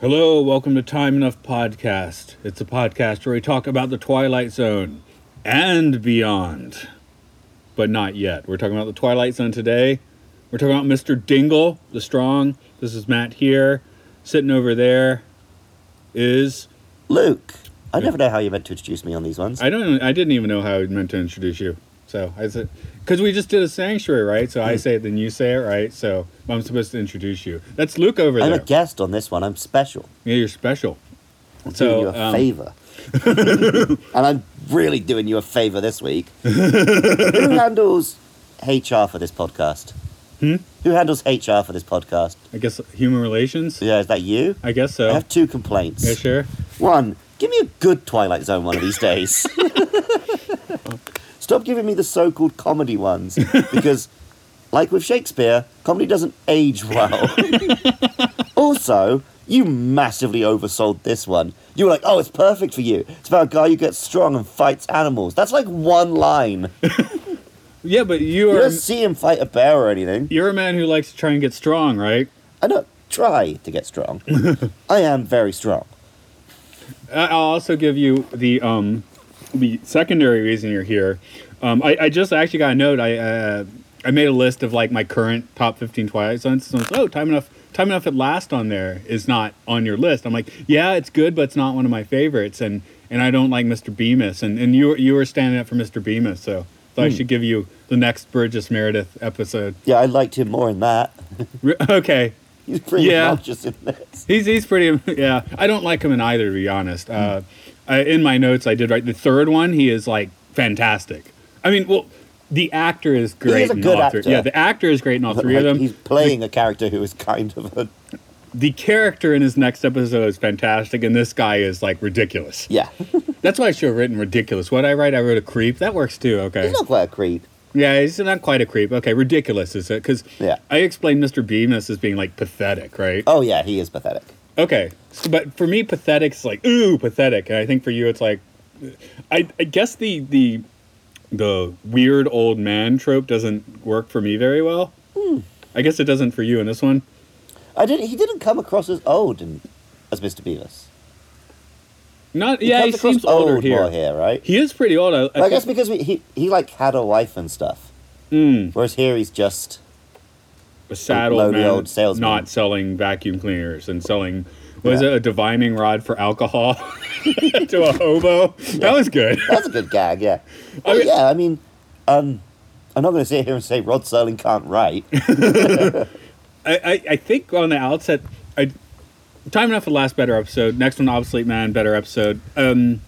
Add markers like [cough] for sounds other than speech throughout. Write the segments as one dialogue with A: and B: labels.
A: Hello, welcome to Time Enough Podcast. It's a podcast where we talk about the Twilight Zone and beyond, but not yet. We're talking about the Twilight Zone today. We're talking about Mr. Dingle the Strong. This is Matt here. Sitting over there is
B: Luke. I never know how you're meant to introduce me on these ones.
A: I don't I didn't even know how I meant to introduce you. So I said because we just did a sanctuary, right?
B: Hmm.
A: So I say it, then you say it, right? So I'm supposed to introduce you. That's Luke over
B: I'm
A: there.
B: a guest on this one. I'm special.
A: yeah, you're special.
B: I'm
A: So,
B: doing you a
A: um,
B: favor.
A: [laughs]
B: and I'm really doing you a favor this week. Who handles HR for this podcast?
A: Hmm?
B: Who handles HR for this podcast?
A: I guess human relations.
B: Yeah, is that you?
A: I guess
B: I
A: so.
B: have two complaints.
A: Yeah, sure.
B: One, give me a good Twilight Zone one of these days. Stop giving me the so called comedy ones because, like with Shakespeare, comedy doesn't age well. also, you massively oversold this one. You were like, oh, it's perfect for you. It's about a guy who gets strong and fights animals. That's like one line. You
A: Yeah, but you are
B: don't see him fight a bear or anything.
A: you're a man who likes to try and get strong, right?
B: I don't try to get strong. I am very strong.
A: I- I'll also give you the um, the secondary reason you're here. Um, I, I just actually got a note. I uh, I made a list of like my current top 15 Twilight Zones. So it's, oh, time enough. Time enough at last on there is not on your list. I'm like, yeah, it's good, but it's not one of my favorites, and and I don't like Mr. Bemis, and and you were- you were standing up for Mr. Bemis, so so I should give you the next Burgess Meredith episode. [laughs]
B: Yeah, I liked him more in that. [laughs]
A: Re- okay,
B: He's pretty
A: Yeah.
B: obnoxious in this.
A: He's he's pretty. [laughs] Yeah, I don't like him in either. To be honest, uh, I, in my notes I did write the third one. He is like fantastic. I mean, well, the actor is great.
B: a
A: in
B: good
A: all three-
B: actor.
A: Yeah, the actor is great in all
B: But,
A: three of
B: like,
A: them.
B: He's playing a character who is kind of a
A: the character in his next episode is fantastic, and this guy is like
B: [laughs]
A: ridiculous.
B: yeah.
A: [laughs]
B: he's
A: That's why I should have written ridiculous. What I write, I wrote a creep. That works too. Okay.
B: not quite a creep.
A: Yeah, he's not quite a creep. Okay, ridiculous is it? Because
B: Yeah.
A: I explained Mr. Bemis as being like pathetic, right?
B: Oh yeah, he is pathetic.
A: Okay, so, but for me, pathetic's like ooh, pathetic, and I think for you, it's like, I, I guess the the the weird old man trope doesn't work for me very well.
B: Hmm.
A: I guess it doesn't for you in this one.
B: I didn't. He didn't come across as old in, as Mr. Beavis.
A: Not
B: He
A: yeah, he
B: comes across
A: seems older
B: old
A: here.
B: More here, right?
A: He is pretty old. I,
B: Well, I
A: think-
B: guess because we, he he like had a wife and stuff,
A: mm,
B: whereas here he's just
A: a sad old
B: lonely
A: man,
B: old salesman.
A: not selling vacuum cleaners and selling. Was
B: Yeah.
A: it a divining rod for alcohol [laughs] to a hobo? That was good.
B: that's a good
A: [laughs]
B: gag. Yeah, Well,
A: mean-
B: yeah. I mean, um, I'm not going to sit here and say Rod Serling can't
A: [laughs]
B: write.
A: I, I, I think on the outset, I, time enough for the last better episode. Next one, obsolete man, better episode. Um,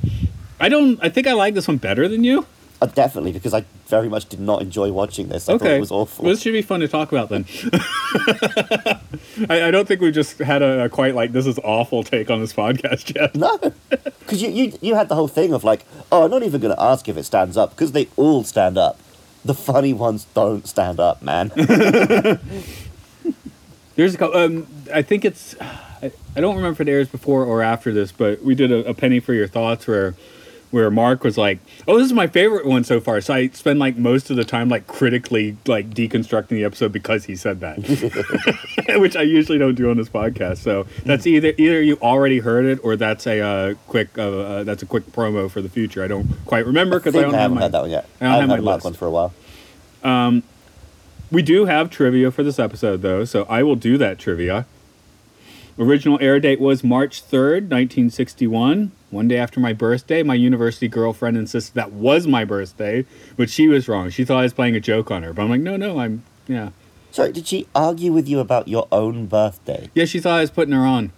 A: I don't. I think I like this one better than you.
B: Uh, definitely because I very much did not enjoy watching this. I thought
A: Okay,
B: it was awful.
A: Well, this should be fun to talk about then. [laughs] I, I don't think we just had a, a quite like this is awful take on this podcast yet.
B: No, [laughs] because you, you you had the whole thing of like, oh, I'm not even going to ask if it stands up because they all stand up. The funny ones don't stand
A: [laughs]
B: up, man.
A: There's a couple. Um, I think it's. I, I don't remember if it airs before or after this, but we did a, a penny for your thoughts where, where Mark was like, "Oh, this is my favorite one so far." So I spend like most of the time like critically like deconstructing the episode because he said that, [laughs] which I usually don't do on this podcast. So that's either either you already heard it or that's a uh, quick uh, uh, that's a quick promo for the future. I don't quite remember because I,
B: think
A: don't have
B: I haven't
A: my,
B: had that one yet.
A: I don't have
B: haven't
A: my
B: had a Mark
A: list.
B: one for a while.
A: We do have trivia for this episode, though, so I will do that trivia. Original air date was March 3rd, 1961. One day after my birthday, my university girlfriend insisted that was my birthday, but she was wrong. She thought I was playing a joke on her, but I'm like, no, no, I'm, yeah.
B: Sorry, did she argue with you about your own birthday?
A: [laughs] Yeah, she thought I was putting her on,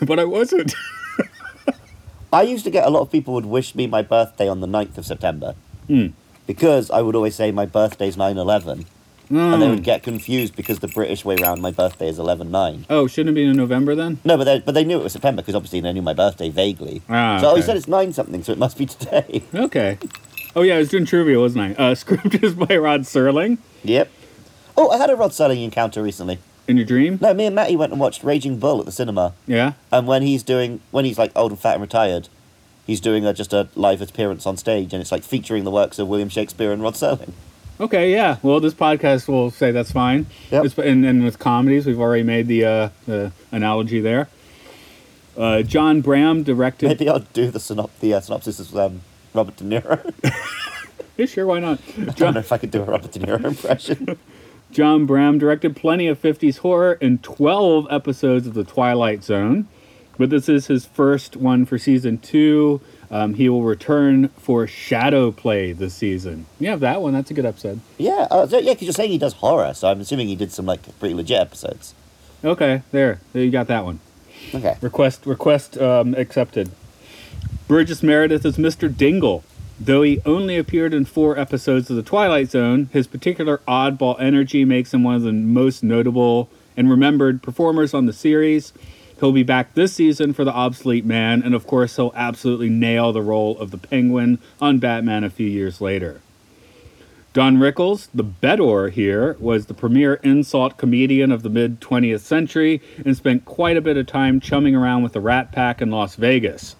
A: but I wasn't.
B: I used to get a lot of people would wish me my birthday on the 9th of September
A: Hmm.
B: because I would always say my birthday's 9 11. And
A: Hmm.
B: they would get confused because the British way round, my birthday is 11 9.
A: [laughs] Oh, shouldn't it be in November then?
B: No, but they, but they knew it was September because obviously they knew my birthday vaguely.
A: Ah,
B: so I always
A: okay.
B: said it's 9 something, so it must be [laughs] today.
A: Okay. Oh yeah, I was doing trivia, wasn't I? Uh, [laughs] script is by Rod Serling.
B: yep. Oh, I had a Rod Serling encounter recently.
A: In your dream?
B: No, me and Matty went and watched Raging Bull at the cinema.
A: Yeah.
B: And when he's doing, when he's like old and fat and retired, he's doing a, just a live appearance on stage, and it's like featuring the works of William Shakespeare and Rod Serling.
A: [laughs] Okay. Yeah. Well, this podcast will say that's fine.
B: Yep.
A: It's- And and with comedies, we've already made the uh, the analogy there. Uh, John Bram directed.
B: Maybe I'll do the, synop- the uh, synopsis of um, Robert De Niro. [laughs]
A: Yeah, sure, why not?
B: I don't know if I could do a Robert
A: [laughs]
B: De Niro impression.
A: John Bram directed plenty of 50s horror and 12 episodes of The Twilight Zone, but this is his first one for season two. Um, he will return for Shadow Play this season. You have that one. That's a good episode.
B: yeah, uh, so, yeah, because you're saying he does horror, so I'm assuming he did some like pretty legit episodes.
A: Okay, there. there you got that one.
B: Okay.
A: Request request um, accepted. Burgess Meredith is Mr. Dingle. Though he only appeared in four episodes of The Twilight Zone, his particular oddball energy makes him one of the most notable and remembered performers on the series. He'll be back this season for The Obsolete Man, and of course, he'll absolutely nail the role of the Penguin on Batman a few years later. Don Rickles, the Bedor here, was the premier insult comedian of the mid 20th century and spent quite a bit of time chumming around with the Rat Pack in Las Vegas.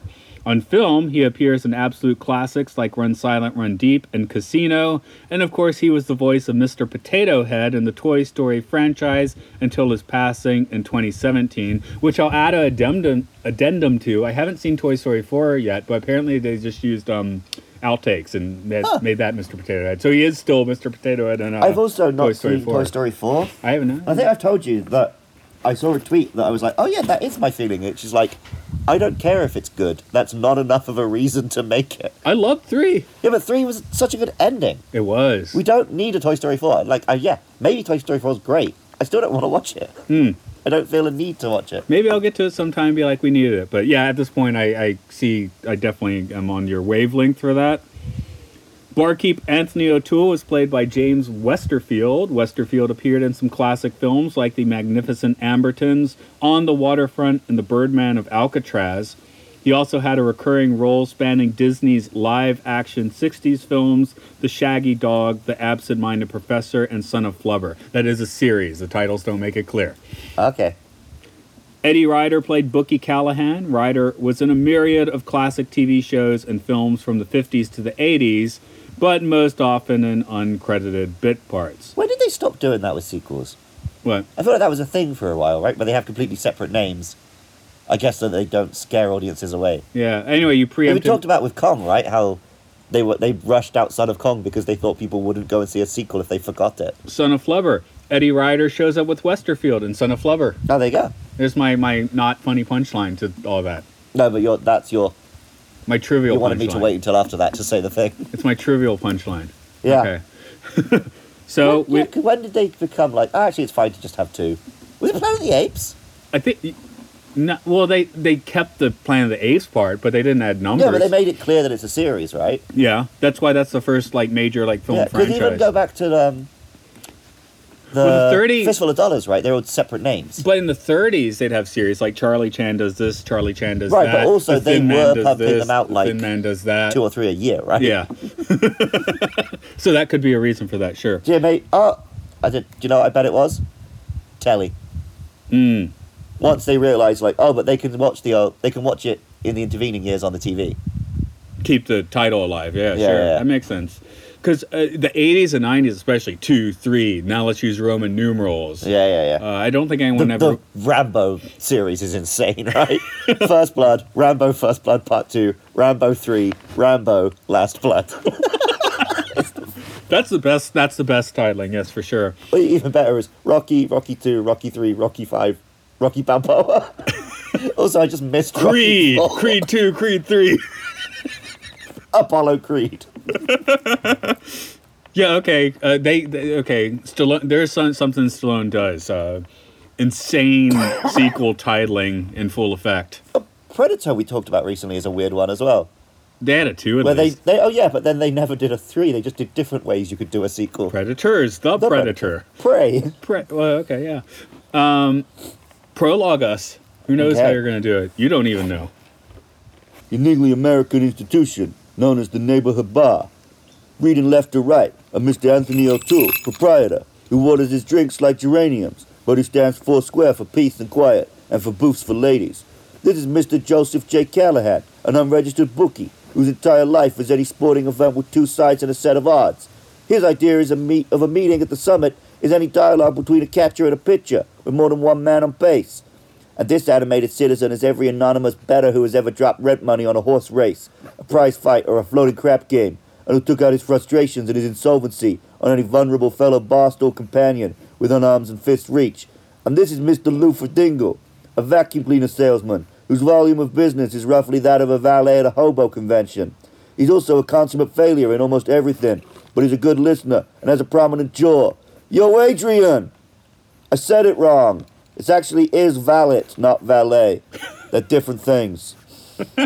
A: On film, he appears in absolute classics like Run Silent, Run Deep and Casino, and of course, he was the voice of Mr. Potato Head in the Toy Story franchise until his passing in 2017, which I'll add an addendum, addendum to. I haven't seen Toy Story 4 yet, but apparently they just used um, outtakes and made, made that Mr. Potato Head. So he is still Mr. Potato Head. And, uh,
B: I've also not
A: Toy Story
B: seen
A: 4.
B: Toy Story 4.
A: I haven't.
B: I think I've told you that I saw a tweet that I was like, oh yeah, that is my feeling. It's just like, I don't care if it's good. That's not enough of a reason to make it.
A: I love three.
B: Yeah, but 3 was such a good ending.
A: It was.
B: We don't need a Toy Story 4. Like, uh, yeah, maybe Toy Story 4 is great. I still don't want to watch it. I don't feel a need to watch it.
A: Maybe I'll get to it sometime and be like, we needed it. But yeah, at this point, I, I see, I definitely am on your wavelength for that. Barkeep Anthony O'Toole was played by James Westerfield. Westerfield appeared in some classic films like The Magnificent Ambertons, On the Waterfront, and The Birdman of Alcatraz. He also had a recurring role spanning Disney's live action 60s films, The Shaggy Dog, The Absent Minded Professor, and Son of Flubber. That is a series, the titles don't make it clear.
B: Okay.
A: Eddie Ryder played Bookie Callahan. Ryder was in a myriad of classic TV shows and films from the 50s to the 80s, but most often in uncredited bit parts.
B: When did they stop doing that with sequels?
A: What?
B: I feel like that was a thing for a while, right? Where they have completely separate names. I guess so that they don't scare audiences away.
A: Yeah. Anyway, you
B: Yeah, we
A: preempted.
B: talked about with Kong, right? How they were they rushed out Son of Kong because they thought people wouldn't go and see a sequel if they forgot it.
A: Son of Flubber. Eddie Ryder shows up with Westerfield in Son of Flubber.
B: Oh, there you go.
A: There's my, my not funny punchline to all that.
B: No, but you're, that's your.
A: My trivial
B: You wanted me to
A: punchline.
B: wait until after that to say the thing. [laughs]
A: It's my trivial punchline.
B: Yeah.
A: Okay. [laughs] so
B: When,
A: we,
B: yeah, 'cause when did they become like? "Ah, actually, it's fine to just have two. Was it Planet of the Apes?
A: I think. No, well, they, they kept the Planet of the Apes part, but they didn't add numbers.
B: Yeah, but they made it clear that it's a series, right?
A: Yeah, that's why that's the first like major like film
B: yeah, because
A: franchise.
B: even go back to um, the
A: Well, the 30
B: fistful of dollars, right? They're all separate names,
A: but in the 30s, they'd have series like Charlie Chan does this, Charlie Chan does
B: Right,
A: that.
B: but also
A: The
B: they
A: Thin Man
B: were
A: does
B: pumping
A: this,
B: them out,
A: The
B: like,
A: Thin Man does that.
B: two or three a year, right?
A: yeah. [laughs] so that could be a reason for that, sure.
B: Yeah, mate. Oh, I did. Do you know what I bet it was? Telly. Hmm.
A: Mm.
B: Once they realised, like, oh, but they can watch the uh, they can watch it in the intervening years on the TV.
A: Keep the title alive. Yeah,
B: Yeah,
A: sure.
B: yeah.
A: That makes sense. Because uh, the 80s and 90s, especially two, three. Now let's use Roman numerals.
B: Yeah, yeah, yeah.
A: Uh, I don't think
B: the,
A: anyone
B: the
A: ever.
B: Rambo series is [laughs] insane, right? First Blood, Rambo First Blood Part Two, Rambo Three, Rambo Last Blood. [laughs]
A: That's the best. That's the best titling. Yes, for sure.
B: Even better is Rocky, Rocky Two, Rocky Three, Rocky Five, Rocky Balboa. [laughs] also, I just missed
A: Creed,
B: Rocky four.
A: Creed two, Creed three.
B: Apollo Creed.
A: Yeah. Okay. Uh, they, they. Okay. Stallone. There's some, something
B: [laughs]
A: Stallone does. Uh, insane sequel titling in full effect.
B: Predator we talked about recently is a weird one as well.
A: They had a two at
B: Where they,
A: least.
B: they oh yeah, but then they never did a three. They just did different ways you could do a sequel.
A: Predators, the,
B: The
A: Predator.
B: Prey.
A: Pre- well, okay, yeah. Um, prologue us. Who knows how
B: Okay.
A: you're going to do it? You don't even know.
B: uniquely American institution known as the Neighborhood Bar. Reading left to right, a Mr. Anthony O'Toole, proprietor, who waters his drinks like geraniums, but who stands four square for peace and quiet and for booths for ladies. This is Mr. Joseph J. Callahan, an unregistered bookie whose entire life is any sporting event with two sides and a set of odds. His idea is a meet of a meeting at the summit is any dialogue between a catcher and a pitcher with more than one man on base. And this animated citizen is every anonymous bettor who has ever dropped rent money on a horse race, a prize fight, or a floating crap game, and who took out his frustrations and his insolvency on any vulnerable fellow barstool companion within arms and fist reach. And this is Mr. Luther Dingle, a vacuum cleaner salesman whose volume of business is roughly that of a valet at a hobo convention. He's also a consummate failure in almost everything, but he's a good listener and has a prominent jaw. Yo, Adrian! I said it wrong. It actually is valet, not valet. They're different things. [laughs]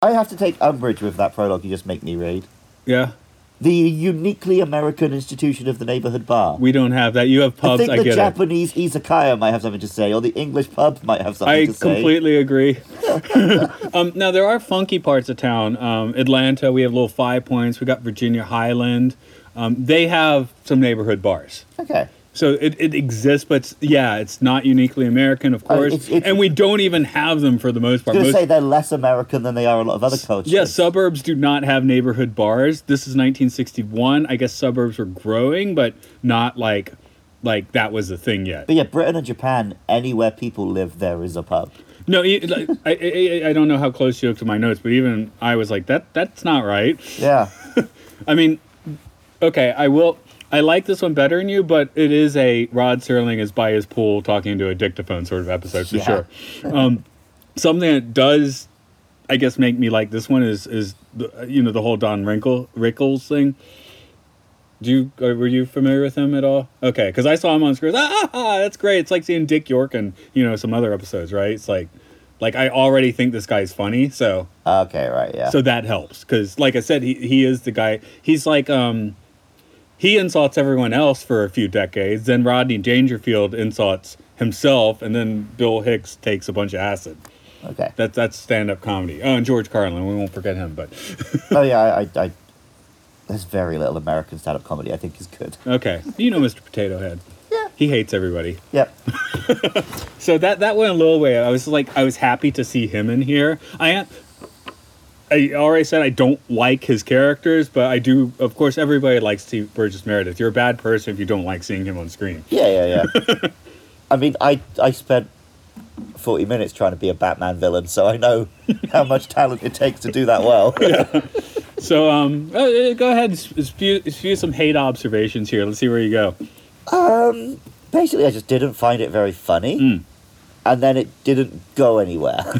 B: I have to take umbrage with that prologue you just make me read.
A: Yeah,
B: The uniquely American institution of the neighborhood bar.
A: we don't have that. You have
B: I
A: pubs.
B: think
A: I,
B: the
A: get it.
B: Japanese izakaya might have something to say, or the English pub might have something
A: I
B: to say.
A: completely
B: [laughs]
A: agree. [laughs] um, now there are funky parts of town. Um, Atlanta, we have little Five Points. We got Virginia Highland. Um, they have some neighborhood bars.
B: Okay.
A: So it, it exists, but it's, yeah, it's not uniquely American, of course,
B: Uh, it's- it's-
A: and we don't even have them for the most
B: I
A: part.
B: was going
A: Most,
B: to say they're less American than they are a lot of other cultures.
A: yeah, suburbs do not have neighborhood bars. This is 1961. I guess suburbs were growing, but not like like that was the thing yet.
B: But yeah, Britain and Japan, anywhere people live, there is a pub.
A: No, e- like, I, I- I I don't know how close you look to my notes, but even I was like, that that's not right. [laughs]
B: Yeah.
A: I mean, okay, I will. I like this one better than you, but it is a Rod Serling is by his pool talking to a dictaphone sort of episode for
B: Yeah.
A: sure. Um, something that does, I guess, make me like this one is is the, you know the whole Don Wrinkle Rickles thing. Do you uh, were you familiar with him at all? Okay, because I saw him on screen. Ah, ah, that's great. It's like seeing Dick York and you know some other episodes, right? It's like, like I already think this guy's funny, so
B: Okay, right, yeah.
A: so that helps because like i said he, he is the guy he's like um he insults everyone else for a few decades then rodney dangerfield insults himself and then bill hicks takes a bunch of acid
B: okay.
A: that, that's stand-up comedy oh and george carlin we won't forget him but
B: Oh, yeah, I, I, I. There's very little American stand up comedy I think is good.
A: okay you know mr potato head
B: Yeah.
A: he hates everybody
B: Yep.
A: so that that went a little way i was like i was happy to see him in here i am I already said I don't like his characters, but I do. Of course, everybody likes Steve Burgess Meredith. You're a bad person if you don't like seeing him on screen.
B: Yeah, yeah, yeah. [laughs] I mean, I I spent forty minutes trying to be a Batman villain, so I know how much talent it takes to do that well.
A: So, um, uh, uh, go ahead and sp- spew, spew some hate observations here. Let's see where you go.
B: Basically, I just didn't find it very funny, and then it didn't go anywhere.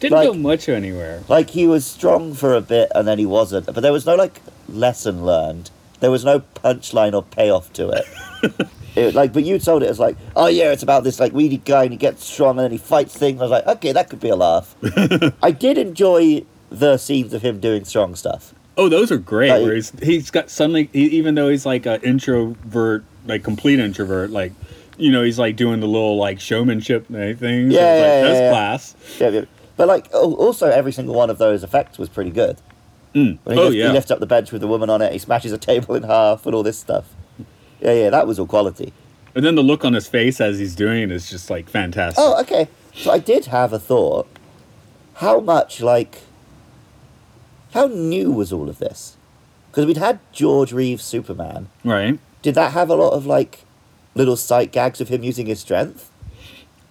A: Didn't go
B: Like-
A: much anywhere.
B: like he was strong for a bit, and then he wasn't. But there was no like lesson learned. There was no punchline or payoff to it.
A: [laughs]
B: It, like, but you told it as like, oh yeah, it's about this like weedy guy and he gets strong and then he fights things. I was like, okay, that could be
A: [laughs]
B: a laugh. I did enjoy the scenes of him doing strong stuff.
A: Oh, those are great.
B: Like-
A: where he's, he's got suddenly, he, even though he's like an introvert, like complete introvert, like you know, he's like doing the little like showmanship thing.
B: Yeah,
A: it's
B: yeah,
A: like, that's
B: yeah, yeah.
A: class.
B: Yeah, yeah. But like, al- also every single one of those effects was pretty good. When he,
A: Oh,
B: lift-
A: yeah.
B: he lifts up the bench with the woman on it, he smashes a table in half, and all this stuff. Yeah, yeah, that was all quality.
A: And then the look on his face as he's doing it is just like fantastic.
B: Oh, okay. So I did have a thought. How much like, how new was all of this? Because we'd had George Reeves Superman.
A: Right.
B: Did that have a lot of like little sight gags of him using his strength?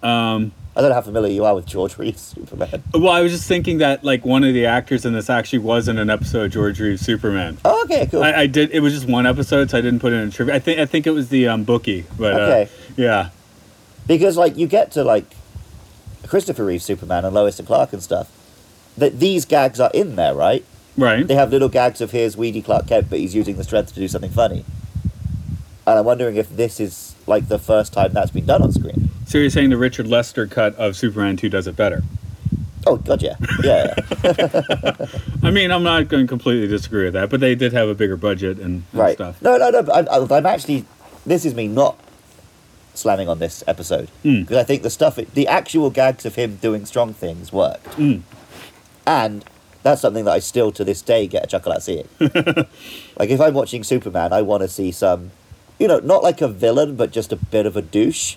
A: Um,
B: I don't know how familiar you are with George Reeves Superman.
A: well, I was just thinking that like one of the actors in this actually was in an episode of George Reeves Superman.
B: Oh, okay, cool.
A: I, I did. It was just one episode, so I didn't put it in trivia. I think I think it was the um, bookie, but
B: Okay.
A: uh, yeah,
B: Because like you get to like Christopher Reeve Superman and Lois and Clark and stuff. That these gags are in there, right?
A: right.
B: They have little gags of here's Weedy Clark Kent, but he's using the strength to do something funny. And I'm wondering if this is like the first time that's been done on screen.
A: So you're saying the Richard Lester cut of Superman 2 does it better?
B: Oh god, yeah, yeah. yeah.
A: I mean, I'm not going to completely disagree with that, but they did have a bigger budget and, and
B: right.
A: stuff.
B: No, no, no. but I, I, I'm actually. This is me not slamming on this episode
A: Hmm.
B: because I think the stuff, it, the actual gags of him doing strong things worked,
A: Hmm.
B: and that's something that I still to this day get a chuckle
A: [laughs]
B: out seeing. like if I'm watching Superman, I want to see some, you know, not like a villain, but just a bit of a
A: [laughs]
B: douche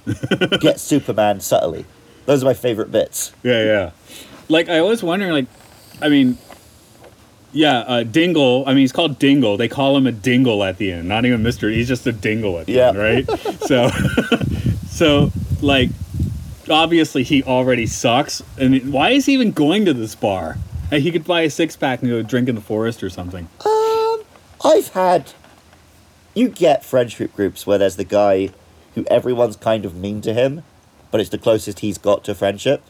B: get Superman subtly. Those are my favorite bits.
A: Yeah, yeah. Like I always wonder, like, I mean, yeah, uh, Dingle. I mean, he's called Dingle. They call him a Dingle at the end. Not even Mister. He's just a Dingle at the
B: Yeah.
A: end, right? So, [laughs] so like, obviously he already sucks. And why is he even going to this bar? Hey, He could buy a six pack and go drink in the forest or something.
B: I've had. You get friendship groups where there's the guy who everyone's kind of mean to him, but it's the closest he's got
A: [laughs]
B: to friendship.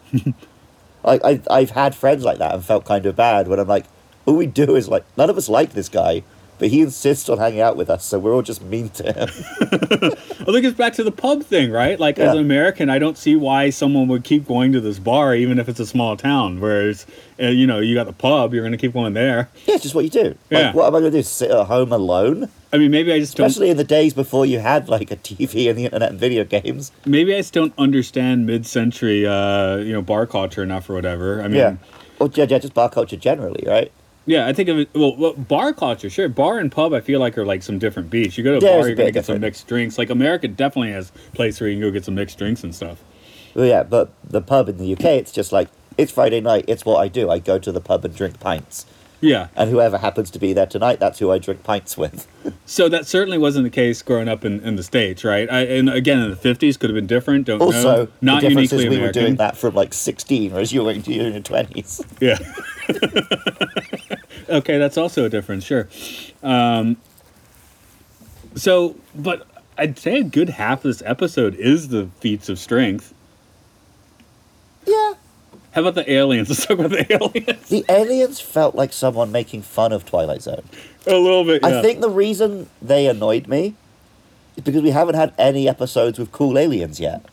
B: I, I, I've had friends like that and felt kind of bad when I'm like, all we do is like, none of us like this guy, but he insists on hanging out with us, so we're all just mean to
A: [laughs]
B: him.
A: Well, that gets back to the pub thing, right? Like, as
B: Yeah.
A: an American, I don't see why someone would keep going to this bar, even if it's a small town. Whereas, uh, you know, you got the pub, you're going to keep going there.
B: yeah, it's just what you do.
A: Yeah.
B: Like, what am I going to do? Sit at home alone?
A: I mean, maybe I just don't.
B: Especially in the days before you had like a TV and the internet and video games.
A: Maybe I just don't understand mid-century, uh, you know, bar culture enough or whatever. I mean,
B: Yeah.
A: yeah,
B: Or yeah, yeah, just bar culture generally, right?
A: I think of it. Well, well, bar culture, sure. Bar and pub, I feel like are like some different beats. You go to a
B: Yeah, it's
A: bar,
B: a
A: you're gonna
B: bit
A: get some
B: different.
A: mixed drinks. Like America definitely has a place where you can go get some mixed drinks and stuff.
B: Well, yeah, but the pub in the UK, it's just like it's Friday night. It's what I do. I go to the pub and drink pints,
A: Yeah.
B: and whoever happens to be there tonight, that's who I drink pints with.
A: So that certainly wasn't the case growing up in, in the states, right? I, and again, in the fifties, could have been different. Don't
B: Also,
A: know. Not
B: the difference
A: uniquely
B: is we were
A: American.
B: doing that from like sixteen, whereas you were in your twenties.
A: Yeah. [laughs] okay, that's also a difference, sure. Um, so, but I'd say a good half of this episode is the feats of strength.
B: Yeah,
A: How about the aliens? [laughs] Let's talk about the aliens [laughs]
B: the aliens felt like someone making fun of Twilight Zone.
A: a little bit. yeah.
B: I think the reason they annoyed me is because we haven't had any episodes with cool aliens yet.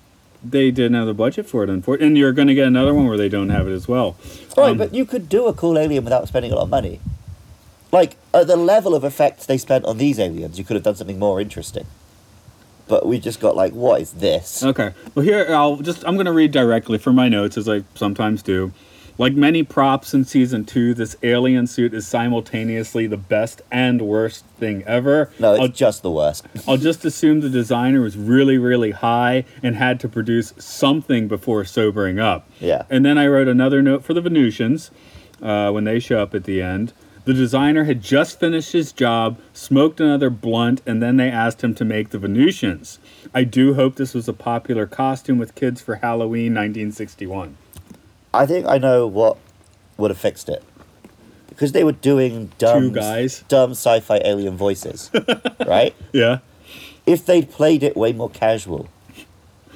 A: they didn't have the budget for it, unfortunately. And you're going to get another one where they don't have it as well.
B: Right,
A: Um,
B: but you could do a cool alien without spending a lot of money. Like at the level of effects they spent on these aliens, you could have done something more interesting. But we just got like, what is this?
A: Okay. Well, here I'll just I'm going to read directly from my notes as I sometimes do. Like many props in season two, this alien suit is simultaneously the best and worst thing ever.
B: no, it's
A: I'll,
B: just the worst.
A: I'll just assume the designer was really, really high and had to produce something before sobering up.
B: Yeah.
A: And then I wrote another note for the Venusians uh, when they show up at the end. The designer had just finished his job, smoked another blunt, and then they asked him to make the Venusians. I do hope this was a popular costume with kids for Halloween 1961.
B: I think I know what would have fixed it. Because they were doing dumb
A: guys.
B: dumb sci-fi
A: [laughs]
B: alien voices. right?
A: Yeah.
B: If they'd played it way more casual,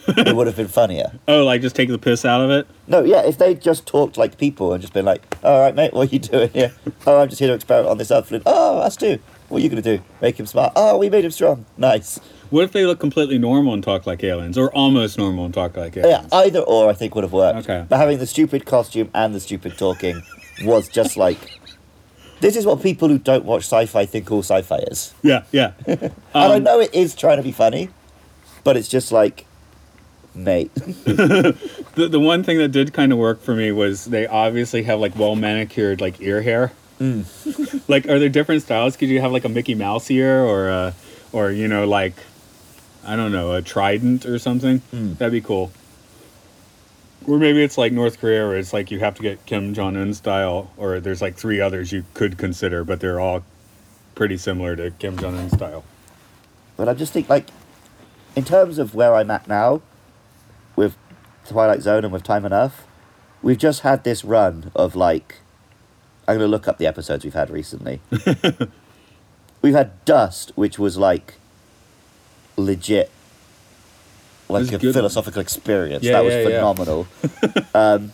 B: it would have been funnier.
A: Oh, like just take the piss out of it?
B: No, yeah, if they just talked like people and just been like, all right, mate, what are you doing here? Oh, I'm just here to experiment on this outfit. Oh, us too. What are you going to do? Make him smart. Oh, we made him strong. Nice.
A: What if they look completely normal and talk like aliens, or almost normal and talk like
B: Yeah,
A: aliens?
B: either or I think would have worked.
A: Okay.
B: But having the stupid costume and the stupid talking was just like, this is what people who don't watch sci fi think all sci fi is.
A: Yeah, yeah.
B: and I know it is trying to be funny, but it's just like, mate.
A: The, the one thing that did kind of work for me was they obviously have like well manicured like ear hair. [laughs] like, are there different styles? Could you have like a Mickey Mouse ear or a, or you know like, I don't know, a trident or something? That'd be cool. Or maybe it's like North Korea, where it's like you have to get Kim Jong Un style, or there's like three others you could consider, but they're all pretty similar to Kim Jong Un style.
B: But I just think, like, in terms of where I'm at now, with Twilight Zone and with Time Enough, we've just had this run of like, I'm gonna look up the episodes we've had recently. we've had Dust, which was like, legit,
A: was
B: like
A: a
B: a
A: good one.
B: philosophical experience.
A: Yeah,
B: that was
A: yeah, yeah.
B: phenomenal. um,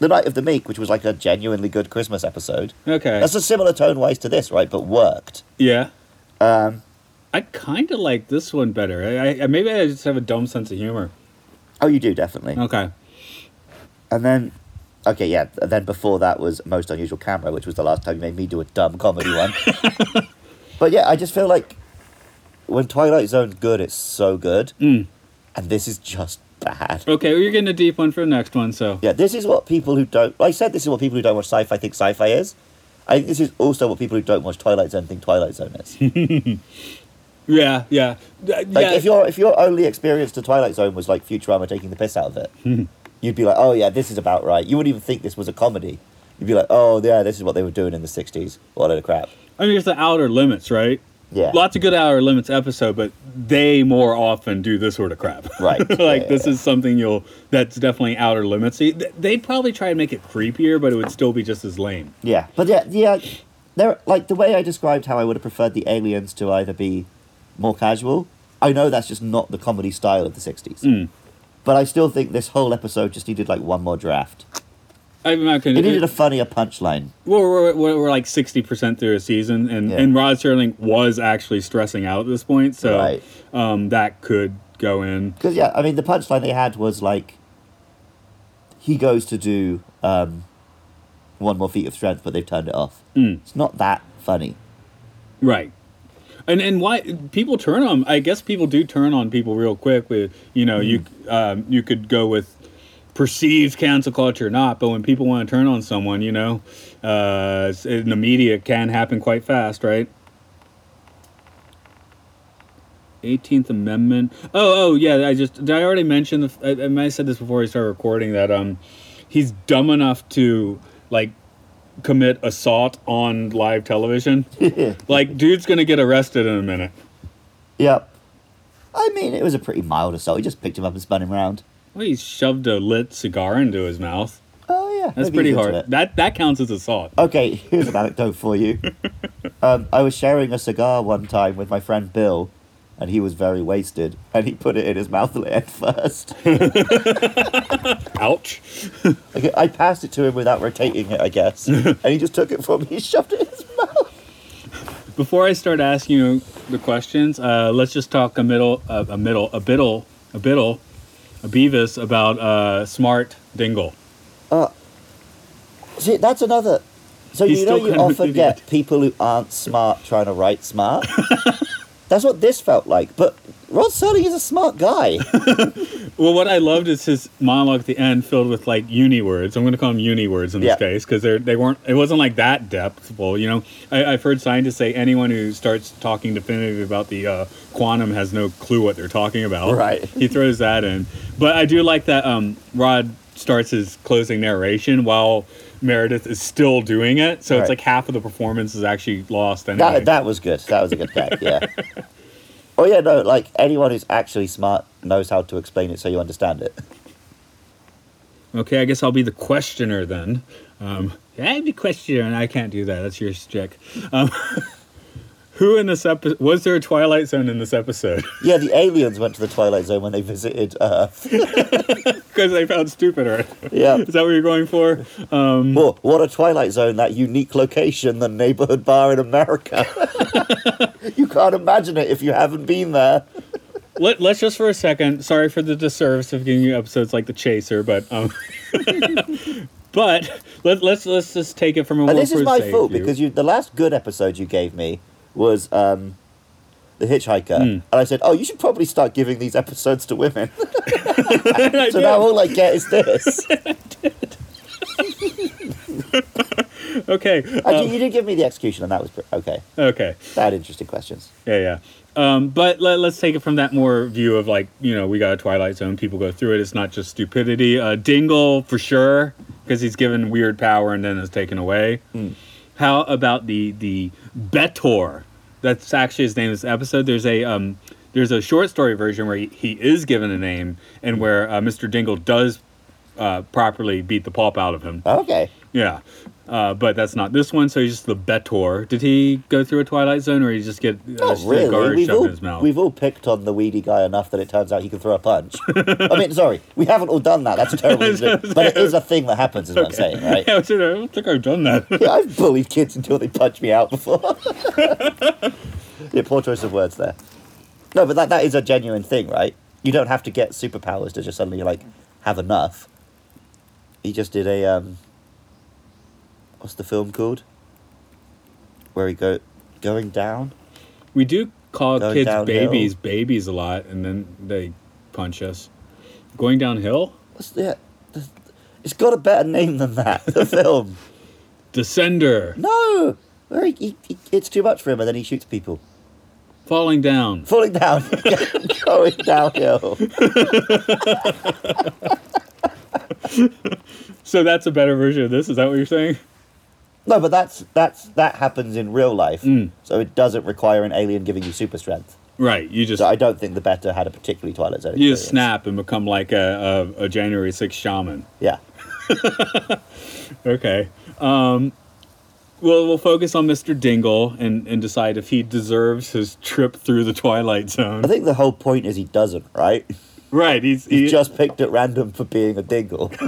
B: the Night of the Meek, which was like a genuinely good Christmas episode.
A: Okay.
B: That's a similar tone wise to this, right? But worked.
A: yeah.
B: Um,
A: I kind of like this one better. I, I maybe I just have a dumb sense of humor.
B: Oh, you do definitely.
A: Okay.
B: And then, okay, yeah. th- Then before that was Most Unusual Camera, which was the last time you made me do a dumb comedy one. but yeah, I just feel like when Twilight Zone's good, it's so good,
A: Mm.
B: and this is just bad.
A: Okay, well, you're getting a deep one for the next one, so.
B: Yeah, this is what people who don't. I said this is what people who don't watch sci-fi think sci-fi is. I think this is also what people who don't watch Twilight Zone think Twilight Zone is. Like
A: Yeah, yeah. Th- yeah.
B: if your if your only experience to Twilight Zone was like Futurama taking the piss out of it, you'd be like, oh yeah, this is about right. You wouldn't even think this was a comedy. You'd be like, oh yeah, this is what they were doing in the '60s. What a load of crap.
A: I mean, it's the outer limits, right?
B: Yeah.
A: Lots of good outer limits episode, but they more often do this sort of crap. [laughs]
B: Right.
A: like
B: Yeah, yeah,
A: this is something you'll. That's definitely outer limits. See, th- They'd probably try and make it creepier, but it would still be just as lame.
B: Yeah, but yeah, yeah, there. Like the way I described how I would have preferred the aliens to either be more casual. I know that's just not the comedy style of the '60s, but I still think this whole episode just needed like one more draft.
A: I'm not gonna.
B: It needed a funnier punchline.
A: Well, we're, we're, we're like 60% through a season, and,
B: Yeah.
A: and Rod Serling was actually stressing out at this point, so
B: Right.
A: um, that could go in.
B: Because yeah, I mean the punchline they had was like he goes to do um, one more feat of strength, but they've turned it off.
A: Mm.
B: It's not that funny.
A: Right. And and why people turn on? I guess people do turn on people real quick. With you know
B: Mm-hmm.
A: you um, you could go with perceived cancel culture or not, but when people want to turn on someone, you know, uh, it's- in the media it can happen quite fast, right? Eighteenth Amendment. Oh oh yeah. I just did I already mention the? f- I, I might have said this before we started recording that um, he's dumb enough to like commit assault on live
B: [laughs]
A: television. Like, dude's gonna get arrested in a minute.
B: Yep. I mean, it was a pretty mild assault. He just picked him up and spun him around.
A: Well, he shoved a lit cigar into his mouth.
B: Oh yeah,
A: That's
B: maybe
A: pretty
B: he's into
A: hard.
B: it.
A: That that counts as assault.
B: Okay, [laughs] here's an anecdote
A: [laughs]
B: for you. Um, I was sharing a cigar one time with my friend Bill, and he was very wasted, and he put it in his mouth [laughs] lid
A: [laughs]
B: first.
A: Ouch.
B: Like, I passed it to him without rotating it,
A: [laughs]
B: I guess, and he just took it from me, [laughs] and shoved it in his mouth.
A: Before I start asking you the questions, uh, let's just talk a middle, uh, a middle, a biddle, a biddle, a beavis about uh, smart dingle.
B: See, that's another. So
A: He's
B: you know,
A: still
B: you
A: kind of
B: often
A: an
B: get people who aren't smart trying to
A: [laughs]
B: write smart. that's what this felt like. But Rod Serling is a
A: [laughs]
B: smart guy.
A: Well, what I loved is his monologue at the end, filled with like uni words. I'm going to call them uni words in this
B: Yeah.
A: case because they they weren't. It wasn't like that depthful, you know. I, I've heard scientists say anyone who starts talking definitively about the uh, quantum has no clue what they're talking about.
B: Right.
A: He throws that in, but I do like that. Um, Rod starts his closing narration while Meredith is still doing it, so it's
B: Right.
A: like half of the performance is actually lost. Anyway.
B: That, that was good. That was a good gag, yeah. oh, yeah, no, like anyone who's actually smart knows how to explain it so you understand it.
A: Okay, I guess I'll be the questioner then. Um, I'm the questioner, and I can't do that. That's yours, Jack. Um, [laughs] who in this episode was there a Twilight Zone in this episode? [laughs]
B: Yeah, the aliens went to the Twilight Zone when they visited Earth.
A: Because they found stupid Earth.
B: yeah.
A: Is that what you're going for? Mm.
B: Well, Oh, what a Twilight Zone, that unique location, the neighborhood bar in America. [laughs] you can't imagine it if you haven't been there.
A: Let, let's just for a second. Sorry for the disservice of giving you episodes like the Chaser, but um, [laughs] but let, let's let's just take it from a.
B: And this
A: more
B: is my
A: prosaic
B: fault
A: view.
B: because you the last good episode you gave me was um, The Hitchhiker.
A: Hmm.
B: And I said, oh, you should probably start giving these episodes to women.
A: [laughs] [laughs] I
B: so
A: did.
B: now all I get is
A: [laughs]
B: this.
A: okay,
B: Actually, you did give me the execution, and that was pre- okay.
A: okay.
B: That had interesting questions.
A: Yeah, yeah. Um, but let, let's take it from that more view of like, you know, we got a Twilight Zone. People go through it. It's not just stupidity. Uh, Dingle, for sure, because he's given weird power and then is taken away. How about the the Betor? That's actually his name in this episode. There's a um, there's a short story version where he, he is given a name and where uh, Mr. Dingle does uh, properly beat the pulp out of him.
B: Okay.
A: Yeah. Uh, but that's not this one, so he's just the Betor. Did he go through a Twilight Zone, or he just get uh,
B: Not
A: just a guard
B: really. We've
A: shoved
B: all,
A: in his mouth?
B: we've all picked on the weedy guy enough that it turns out he can throw
A: [laughs]
B: a punch. I mean, sorry, we haven't all done that. That's a terrible thing to do. But it is a thing that happens, is what I'm
A: [laughs]
B: saying, right?
A: Yeah, I said, I don't think I've done that. [laughs]
B: Yeah, [laughs] I've bullied kids until they punch me out before. [laughs] yeah, poor choice of words there. No, but that, that is a genuine thing, right? you don't have to get superpowers to just suddenly like have enough. He just did a um, what's the film called? Where he go going down?
A: We do call
B: Going
A: kids
B: downhill.
A: babies babies a lot, and then they punch us. Going downhill,
B: What's the? the- It's got a better name than that. The film.
A: descender,
B: No, where he, he, he- it's too much for him, and then he shoots people.
A: falling down.
B: Falling down, [laughs] going downhill.
A: So that's a better version of this. Is that what you're saying?
B: No, but that's that's that happens in real life,
A: Mm.
B: so it doesn't require an alien giving you super strength.
A: Right. You just
B: So I don't think the Better had a particularly Twilight Zone.
A: you
B: experience.
A: just snap and become like a, a, a January 6th shaman.
B: Yeah,
A: Okay. Um, well, we'll focus on Mr. Dingle and, and decide if he deserves his trip through the Twilight Zone.
B: I think the whole point is he doesn't, right?
A: Right. He's, [laughs] he,
B: He's just picked at random for being
A: [laughs]
B: a dingle. [laughs]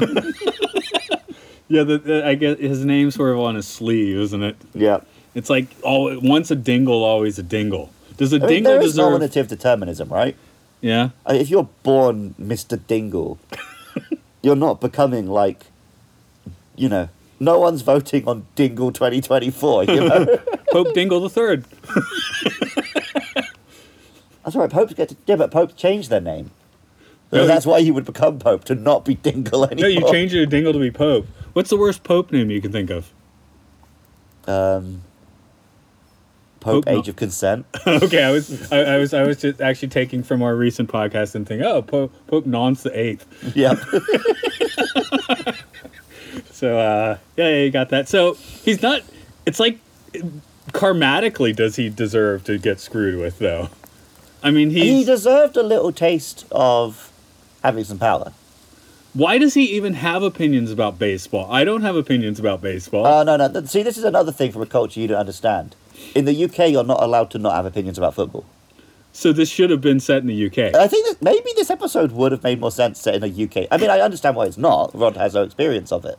A: yeah. The, the, I guess his name's sort of on his sleeve, isn't it?
B: yeah,
A: It's like all once a dingle, always a dingle. Does a
B: I mean,
A: dingle
B: there is
A: deserve?
B: nominative determinism, right?
A: yeah.
B: I mean, if you're born Mr.
A: [laughs]
B: Dingle, you're not becoming like, you know, no one's voting on Dingle 2024.
A: [laughs]
B: You know,
A: Pope Dingle the
B: [laughs]
A: Third.
B: that's right. Popes get to, yeah, but popes change their name. So
A: No,
B: that's why you would become pope to not be Dingle
A: No,
B: anymore.
A: you change it to Dingle to be Pope. What's the worst Pope name you can think of? [laughs]
B: um, Pope
A: Pope no-
B: Age
A: [laughs]
B: of Consent.
A: okay, I was I, I was I was just actually taking from our recent podcast and thinking, oh, Pope Pope Nonce the Eighth.
B: yeah,
A: [laughs] So uh, yeah, yeah, you got that. So he's not. It's like karmatically, does he deserve to get screwed with though? I mean,
B: he
A: he's,
B: deserved a little taste of having some power.
A: why does he even have opinions about baseball? I don't have opinions about baseball.
B: Oh no, no. th- See, this is another thing from a culture you don't understand. In the UK, you're not allowed to not have opinions about football.
A: so this should have been set in the UK.
B: I think that maybe this episode would have made more sense set in a UK. I mean, I understand why it's not. Rod has no experience of it.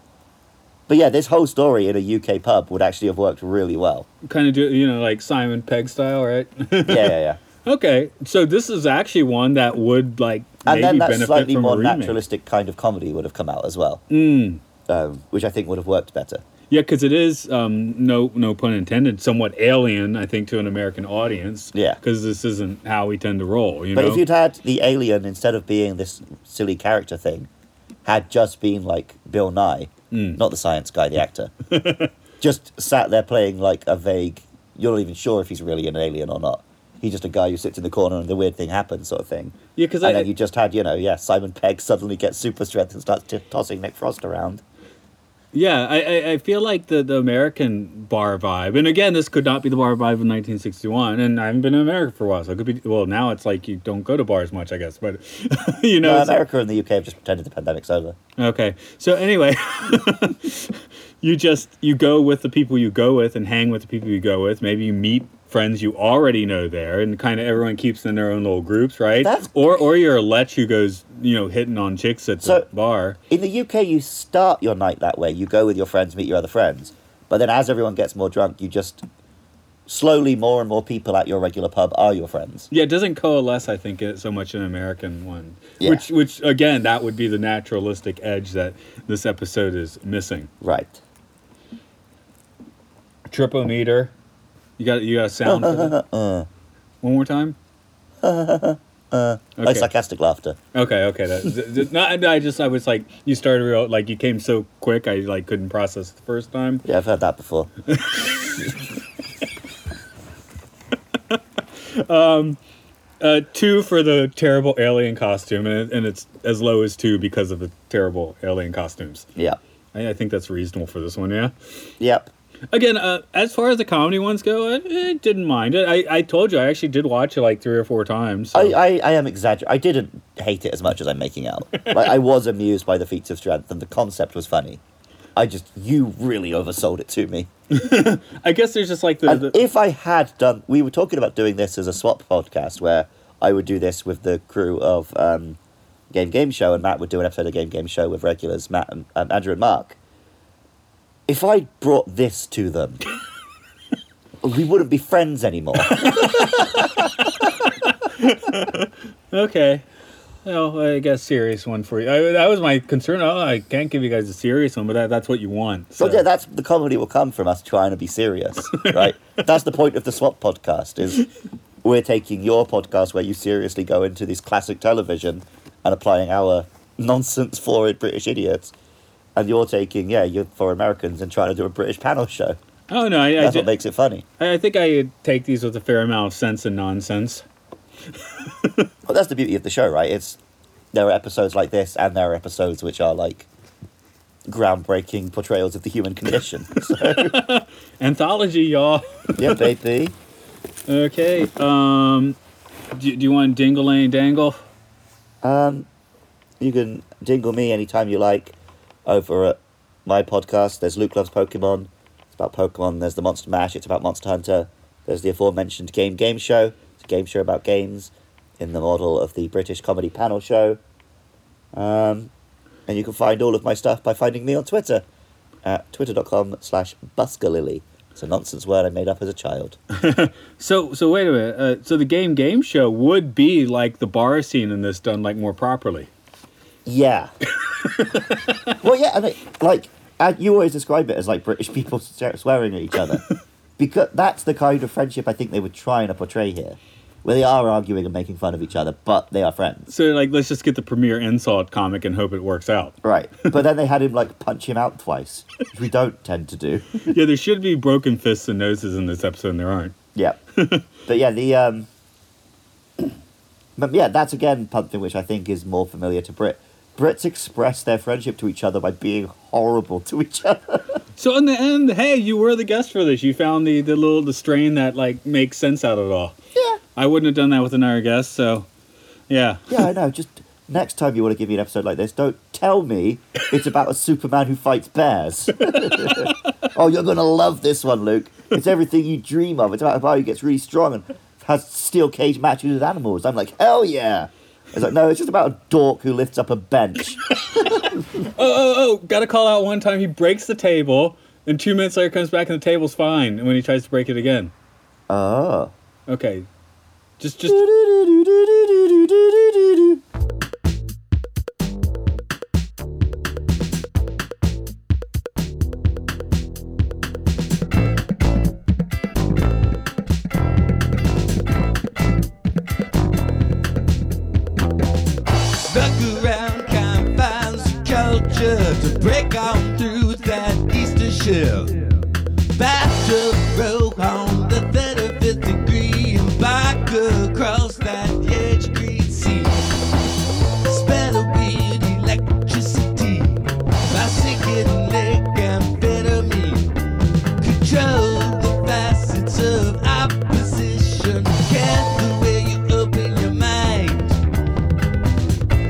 B: But yeah, this whole story in a UK pub would actually have worked really
A: [laughs]
B: well.
A: kind of do you know like Simon Pegg style, right? [laughs]
B: Yeah, yeah, yeah.
A: okay, so this is actually one that would like
B: And
A: maybe
B: then that
A: benefit
B: slightly
A: from
B: more
A: a remake. Mm.
B: naturalistic kind of comedy would have come out as well, um, which I think would have worked better.
A: Yeah, because it is um, no no pun intended, somewhat alien, I think, to an American audience.
B: Yeah.
A: because this isn't how we tend to roll. You
B: But
A: know,
B: if you'd had the alien instead of being this silly character thing, had just been like Bill Nye,
A: Mm.
B: not the science guy, the
A: [laughs]
B: actor, just sat there playing like a vague. You're not even sure if he's really an alien or not. He's just a guy who sits in the corner and the weird thing happens, sort of thing.
A: yeah, because
B: And then you
A: I,
B: just had, you know, yeah, Simon Pegg suddenly gets super strength and starts t- tossing Nick Frost around.
A: yeah, I, I, I feel like the, the American bar vibe, and again, this could not be the bar vibe of 1961. And I haven't been in America for a while, so it could be. Well, now it's like you don't go to bars much, I guess. But [laughs] you know,
B: No,
A: it's-
B: Uh, America and the UK have just pretended the pandemic's over.
A: Okay. So anyway, [laughs] you just you go with the people you go with and hang with the people you go with. Maybe you meet friends you already know there and kind of everyone keeps in their own little groups, right?
B: That's-
A: or or you're a lech who goes, you know, hitting on chicks at
B: So-
A: the bar.
B: In the UK, you start your night that way. You go with your friends, meet your other friends. But then, as everyone gets more drunk, you just slowly more and more people at your regular pub are your friends.
A: Yeah, it doesn't coalesce, I think, it- so much an American one.
B: Yeah.
A: Which which again, that would be the naturalistic edge that this episode is missing.
B: Right.
A: Triple meter. You got you got a sound for
B: [laughs]
A: that?
B: Uh.
A: One more time?
B: Like sarcastic laughter.
A: Okay, okay. That, th- th- no, I, I just I was like, you started real like you came so quick, I like couldn't process the first time.
B: Yeah, I've heard that before.
A: Uh, two for the terrible alien costume, and, it- and it's as low as two because of the terrible alien costumes.
B: Yeah.
A: I, I think that's reasonable for this one. Yeah.
B: Yep.
A: Again, uh, as far as the comedy ones go, I, I didn't mind it. I, I told you I actually did watch it like three or four times. so-
B: I, I, I am exaggerating. I didn't hate it as much as I'm making out. like, I was amused by the feats of strength and the concept was funny. I just, you really oversold it to me.
A: I guess there's just like the,
B: And
A: the
B: if I had done, we were talking about doing this as a swap podcast where I would do this with the crew of um, Game Game Show, and Matt would do an episode of Game Game Show with regulars Matt and um, Andrew and Mark. If I brought this to them, [laughs] we wouldn't be friends anymore.
A: okay. Well, I got a serious one for you. I, that was my concern. Oh, I can't give you guys a serious one, but that, that's what you want.
B: So
A: so.
B: yeah, that's the comedy will come from us trying to
A: [laughs]
B: be serious, right? that's the point of the Swap podcast is we're taking your podcast where you seriously go into this classic television and applying our nonsense florid British idiots, and you're taking yeah you're for Americans and trying to do a British panel show.
A: oh no, I, I,
B: That's
A: ju-
B: what makes it funny.
A: I I think I take these with a fair amount of sense and nonsense.
B: Well, that's the beauty of the show, right? It's there are episodes like this, and there are episodes which are like groundbreaking portrayals of the
A: [laughs]
B: human condition. so,
A: Anthology, y'all. [laughs]
B: yeah, baby.
A: okay. Um, do, do you want Dingle and Dangle?
B: Um, you can dingle me anytime you like over at my podcast. There's Luke Loves Pokemon. It's about Pokemon. There's the Monster Mash. It's about Monster Hunter. There's the aforementioned Game Game Show. It's a game show about games in the model of the British comedy panel show. Um, and you can find all of my stuff by finding me on Twitter at twitter.com slash buskalily. It's a nonsense word I made up as a child.
A: So, so wait a minute. Uh, so the game game show would be like the bar scene in this done like more properly.
B: Yeah. well, yeah, I mean, like uh, you always describe it as like British people [laughs] swe- swearing at each other, because that's the kind of friendship I think they were trying to portray here, where they are arguing and making fun of each other, but they are friends.
A: So like, let's just get the premier insult comic and hope it works out.
B: Right. [laughs] But then they had him like punch him out twice, which we don't tend to do.
A: yeah, there should be broken fists and noses in this episode, and there aren't.
B: Yeah. but yeah, the um [clears throat] But yeah, that's again something which I think is more familiar to Brit. Brits express their friendship to each other by being horrible to each other.
A: So in the end, hey, you were the guest for this. You found the, the little the strain that like makes sense out of it all.
B: Yeah.
A: I wouldn't have done that with another guest. So, yeah.
B: Yeah, I know. Just next time you want to give me an episode like this, don't tell me it's about a Superman who fights bears. [laughs] oh, you're going to love this one, Luke. It's everything you dream of. It's about how he gets really strong and has steel cage matches with animals. I'm like, hell yeah. It's like, no, it's just about a dork who lifts up a bench. [laughs]
A: Oh, oh, oh! Got to call out one time. He breaks the table, and two minutes later comes back and the table's fine. And when he tries to break it again,
B: Oh.
A: okay, just just
C: Stuck around confines of culture to break on through that eastern shell. Past the road on the 35th degree and back across that edge creek sea. Spell a weird electricity by sinking leg amphetamine. Control the facets of opposition. Get the way you open your mind.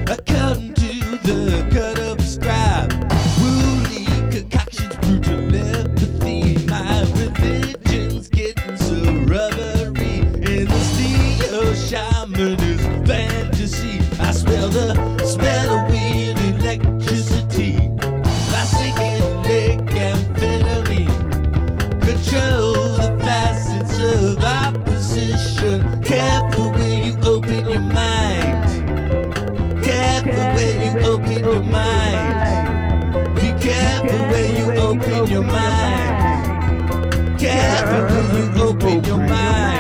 C: According to the cut up scribe, woolly concoctions, brutal telepathy. My religion's getting so rubbery. And this neo shaman is fantasy. I smell the smell of weird electricity. I sink in lick amphetamine. Control the facets of opposition. Careful when you open your mind. Careful when you open your mind. Be careful when you open your mind. Careful when you open your mind.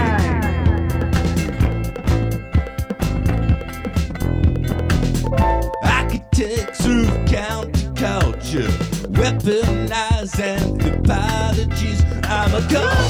C: Architects of counterculture, weaponized anthropologies. I'm a cult.